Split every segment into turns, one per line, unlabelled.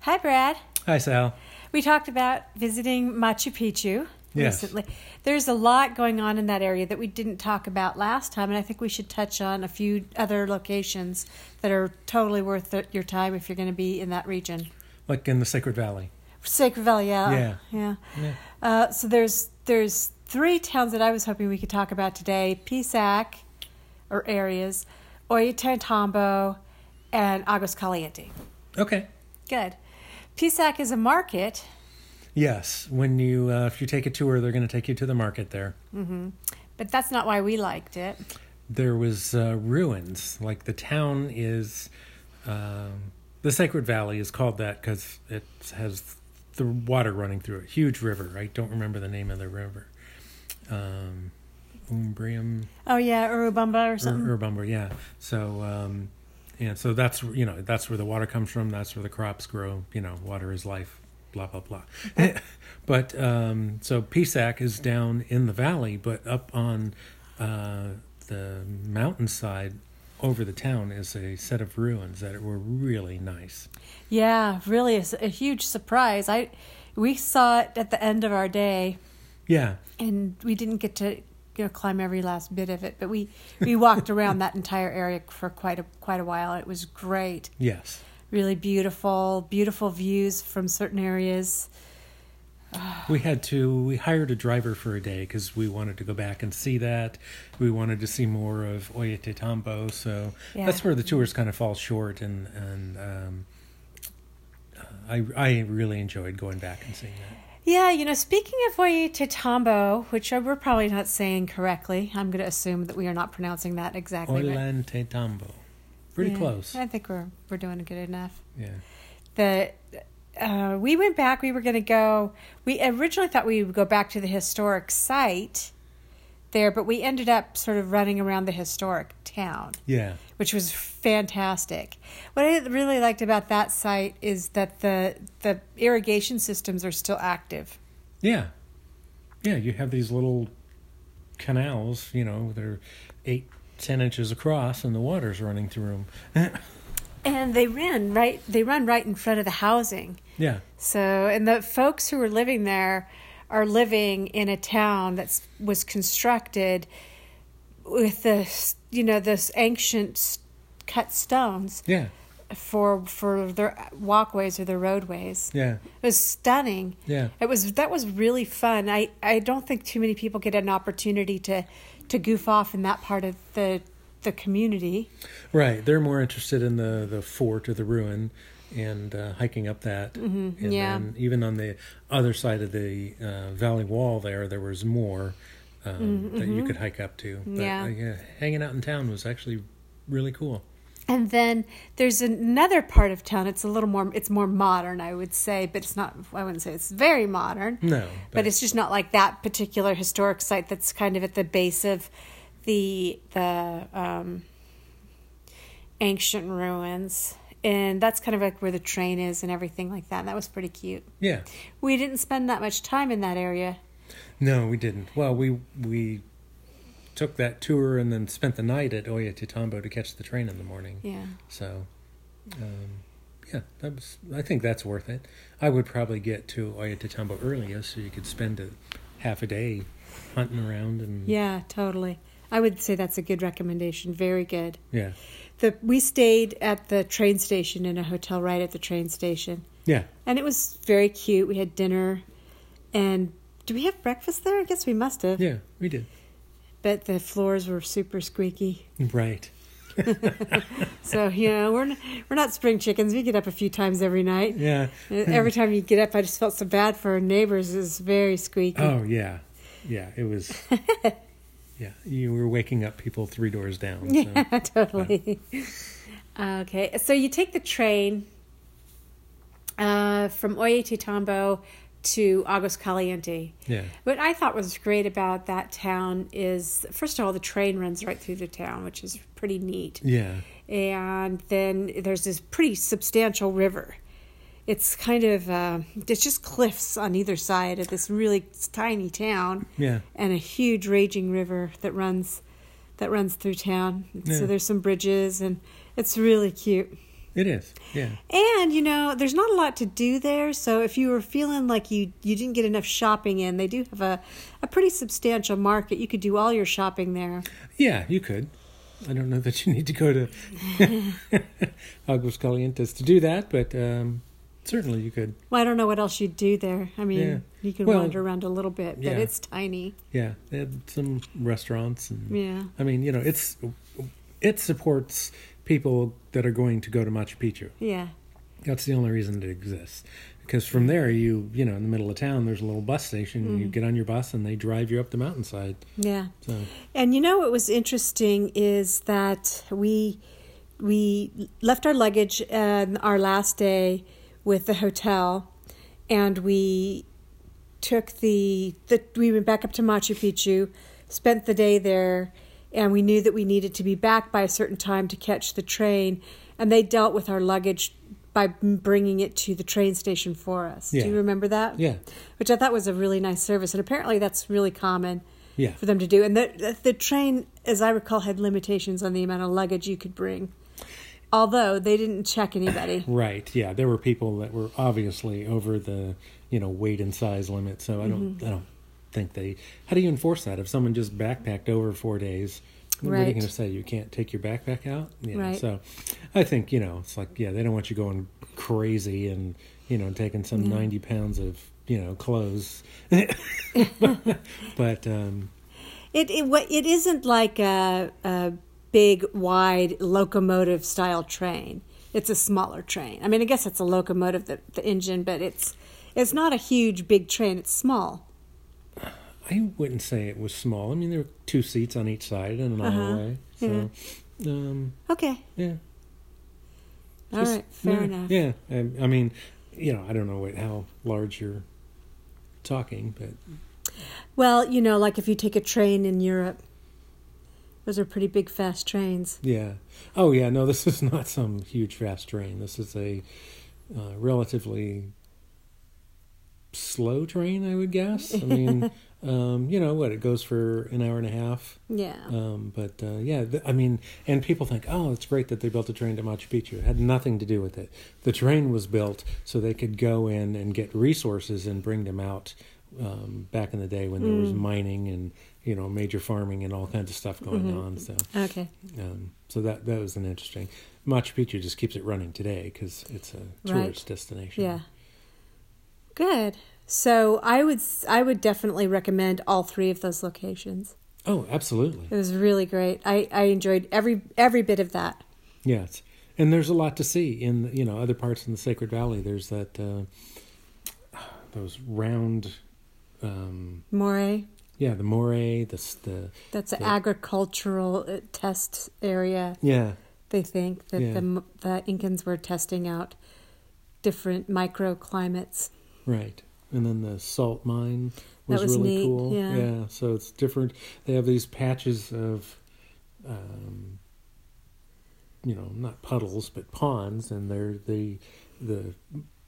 Hi, Brad.
Hi, Sal.
We talked about visiting Machu Picchu
Yes.
recently. There's a lot going on in that area that we didn't talk about last time, and I think we should touch on a few other locations that are totally worth the, your time if you're going to be in that region.
Like in the Sacred Valley.
Sacred Valley, yeah. Yeah.
Yeah.
Uh, so there's there's three towns that I was hoping we could talk about today: Pisac, or areas, Ollantaytambo, and Agos Caliente.
Okay.
Good. Pisac is a market.
Yes, when you uh, if you take a tour, they're going to take you to the market there.
But that's not why we liked it.
There was uh, ruins. Like the town is, um, the Sacred Valley is called that because it has the water running through it. Huge river. I don't remember the name of the river. Um, Umbrium.
Oh yeah, Urubamba or
Ur-
something.
Urubamba, yeah. So, um, and so that's you know that's where the water comes from. That's where the crops grow. You know, water is life. Blah blah blah. but um, so Pisac is down in the valley, but up on uh, the mountainside over the town is a set of ruins that were really nice.
Mm. yeah, really, a, s- a huge surprise. I we saw it at the end of our day,
Yeah,
and we didn't get to you know climb every last bit of it, but we we walked around that entire area for quite a quite a while. It was great.
yes.
really beautiful, beautiful views from certain areas.
We had to. We hired a driver for a day because we wanted to go back and see that. We wanted to see more of Ollantaytambo, so
Yeah.
that's where the tours kind of fall short. And and um, uh, I I really enjoyed going back and seeing that.
Yeah, you know, speaking of Ollantaytambo, which we're probably not saying correctly, I'm going to assume that we are not pronouncing that exactly right.
Ollantaytambo, pretty
Yeah,
close.
I think we're we're doing good enough.
Yeah,
The uh, we went back. We were going to go. We originally thought we would go back to the historic site there, but we ended up sort of running around the historic town.
yeah,
which was fantastic. What I really liked about that site is that the the irrigation systems are still active.
yeah, yeah. You have these little canals. You know, they're eight ten inches across, and the water's running through them.
And they run right they run right in front of the housing.
yeah,
So and the folks who are living there are living in a town that was constructed with the s- you know this ancient s- cut stones
yeah,
for for their walkways or their roadways.
yeah,
It was stunning.
yeah.
It was that was really fun. I I don't think too many people get an opportunity to to goof off in that part of the the community.
Right, they're more interested in the the fort or the ruin, and uh, hiking up that. Mm-hmm. And
yeah.
then even on the other side of the uh, valley wall, there there was more um, that you could hike up to. But,
Mm-hmm, Yeah.
uh, yeah, hanging out in town was actually really cool.
And then there's another part of town. It's a little more it's more modern, I would say, but it's not I wouldn't say it's very modern.
No,
But, it's just not like that particular historic site that's kind of at the base of the the um ancient ruins. And that's kind of like where the train is and everything like that. And that was pretty cute.
yeah,
We didn't spend that much time in that area.
no, we didn't. Well, we we took that tour and then spent the night at Oya Titambo to catch the train in the morning.
Yeah.
So, um, yeah, that was. I think that's worth it. I would probably get to Ollantaytambo earlier, so you could spend a half a day hunting around and yeah.
Yeah, totally. I would say that's a good recommendation. Very good. The we stayed at the train station in a hotel right at the train station.
yeah,
And it was very cute. We had dinner and do we have breakfast there? I guess we must have.
yeah. We did
But the floors were super squeaky.
right.
So, you know, we're n- we're not spring chickens. We get up a few times every night. Uh,
Yeah.
Every time you get up, I just felt so bad for our neighbors. It was very squeaky.
Oh yeah, yeah. It was. Yeah, you were waking up people three doors down. So.
Yeah, totally. okay, so you take the train uh, from Ollantaytambo to Agos Caliente.
Yeah,
What I thought was great about that town is, first of all, the train runs right through the town, which is pretty neat.
yeah,
And then there's this pretty substantial river. It's kind of, uh, it's just cliffs on either side of this really tiny town
yeah.
and a huge raging river that runs that runs through town.
Yeah.
So there's some bridges and it's really cute.
It is. Yeah.
And you know, there's not a lot to do there, so if you were feeling like you you didn't get enough shopping in, they do have a a pretty substantial market. You could do all your shopping there.
Yeah, you could. I don't know that you need to go to Aguas Calientes to do that, but um, certainly you could.
Well, I don't know what else you'd do there. I mean,
Yeah.
you could
Well,
wander around a little bit, but
yeah.
it's tiny.
Yeah, they had some restaurants and
Yeah.
I mean, you know, it's it supports people that are going to go to Machu Picchu.
Yeah.
That's the only reason it exists. Because from there, you you know, in the middle of town, there's a little bus station. You get on your bus, and they drive you up the mountainside.
Yeah.
So
And you know what was interesting is that we we left our luggage on our last day with the hotel, and we took the the we went back up to Machu Picchu, spent the day there, and we knew that we needed to be back by a certain time to catch the train, and they dealt with our luggage by bringing it to the train station for us. Do you
Yeah.
remember that?
yeah,
which I thought was a really nice service, and apparently that's really common
Yeah.
for them to do. And the- the the train, as I recall, had limitations on the amount of luggage you could bring, although they didn't check anybody.
right, yeah. There were people that were obviously over the you know weight and size limit. So I don't
Mm-hmm.
I don't think they. How do you enforce that if someone just backpacked over four days? What are you
Right.
going to say? You can't take your backpack out. Yeah.
Right.
So I think you know it's like yeah, they don't want you going crazy and you know taking some
Mm-hmm.
ninety pounds of you know clothes. but um,
It it what it isn't like a a big wide locomotive style train. It's a smaller train. I mean, I guess it's a locomotive the, the engine, but it's it's not a huge big train. It's small.
I wouldn't say it was small. I mean, there were two seats on each side and an
Uh-huh.
aisle way. So, um,
Okay,
yeah.
all right,
Just-
fair
yeah,
enough.
Yeah, um, I, I mean, you know, I don't know what, how large you're talking, but
Well, you know, like if you take a train in Europe, those are pretty big, fast trains.
yeah. Oh, yeah. No, this is not some huge fast train. This is a uh, relatively slow train, I would guess. I mean, um, you know what? It goes for an hour and a half.
Yeah.
Um, but uh, yeah, th- I mean, and people think, oh, it's great that they built a train to Machu Picchu. It had nothing to do with it. The train was built so they could go in and get resources and bring them out. Um, back in the day when there
Mm.
was mining and you know major farming and all kinds of stuff going
Mm-hmm.
on, so
Okay.
um, so that that was an interesting. Machu Picchu just keeps it running today because it's a
Right.
tourist destination.
Yeah. Good. So I would s- I would definitely recommend all three of those locations.
Oh, absolutely.
It was really great. I, I enjoyed every every bit of that.
Yes, and there's a lot to see in you know other parts in the Sacred Valley. There's that uh, those round, um,
Moray,
yeah, the moray, the s- the
eh? that's an
Yeah.
agricultural uh, test area.
yeah,
They think that
Yeah.
the the the Incans were testing out different microclimates.
right, and then the salt mine
That
was,
was
really
neat,
cool.
yeah.
so it's different. They have these patches of. Um, you know, not puddles, but ponds, and they're the the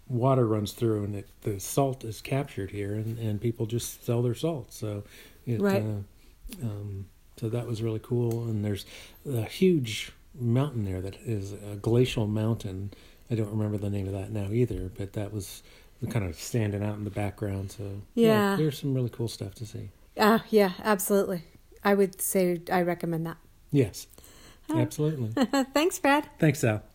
water runs through, and it, the salt is captured here, and, and people just sell their salt. So, it,
Right.
Uh, um, so that was really cool. And there's a huge mountain there that is a glacial mountain. I don't remember the name of that now either, but that was kind of standing out in the background. So
Yeah.
there's some really cool stuff to see.
Ah, yeah, absolutely. I would say I recommend that.
Yes,
All right.
absolutely.
Thanks, Brad.
Thanks, Al.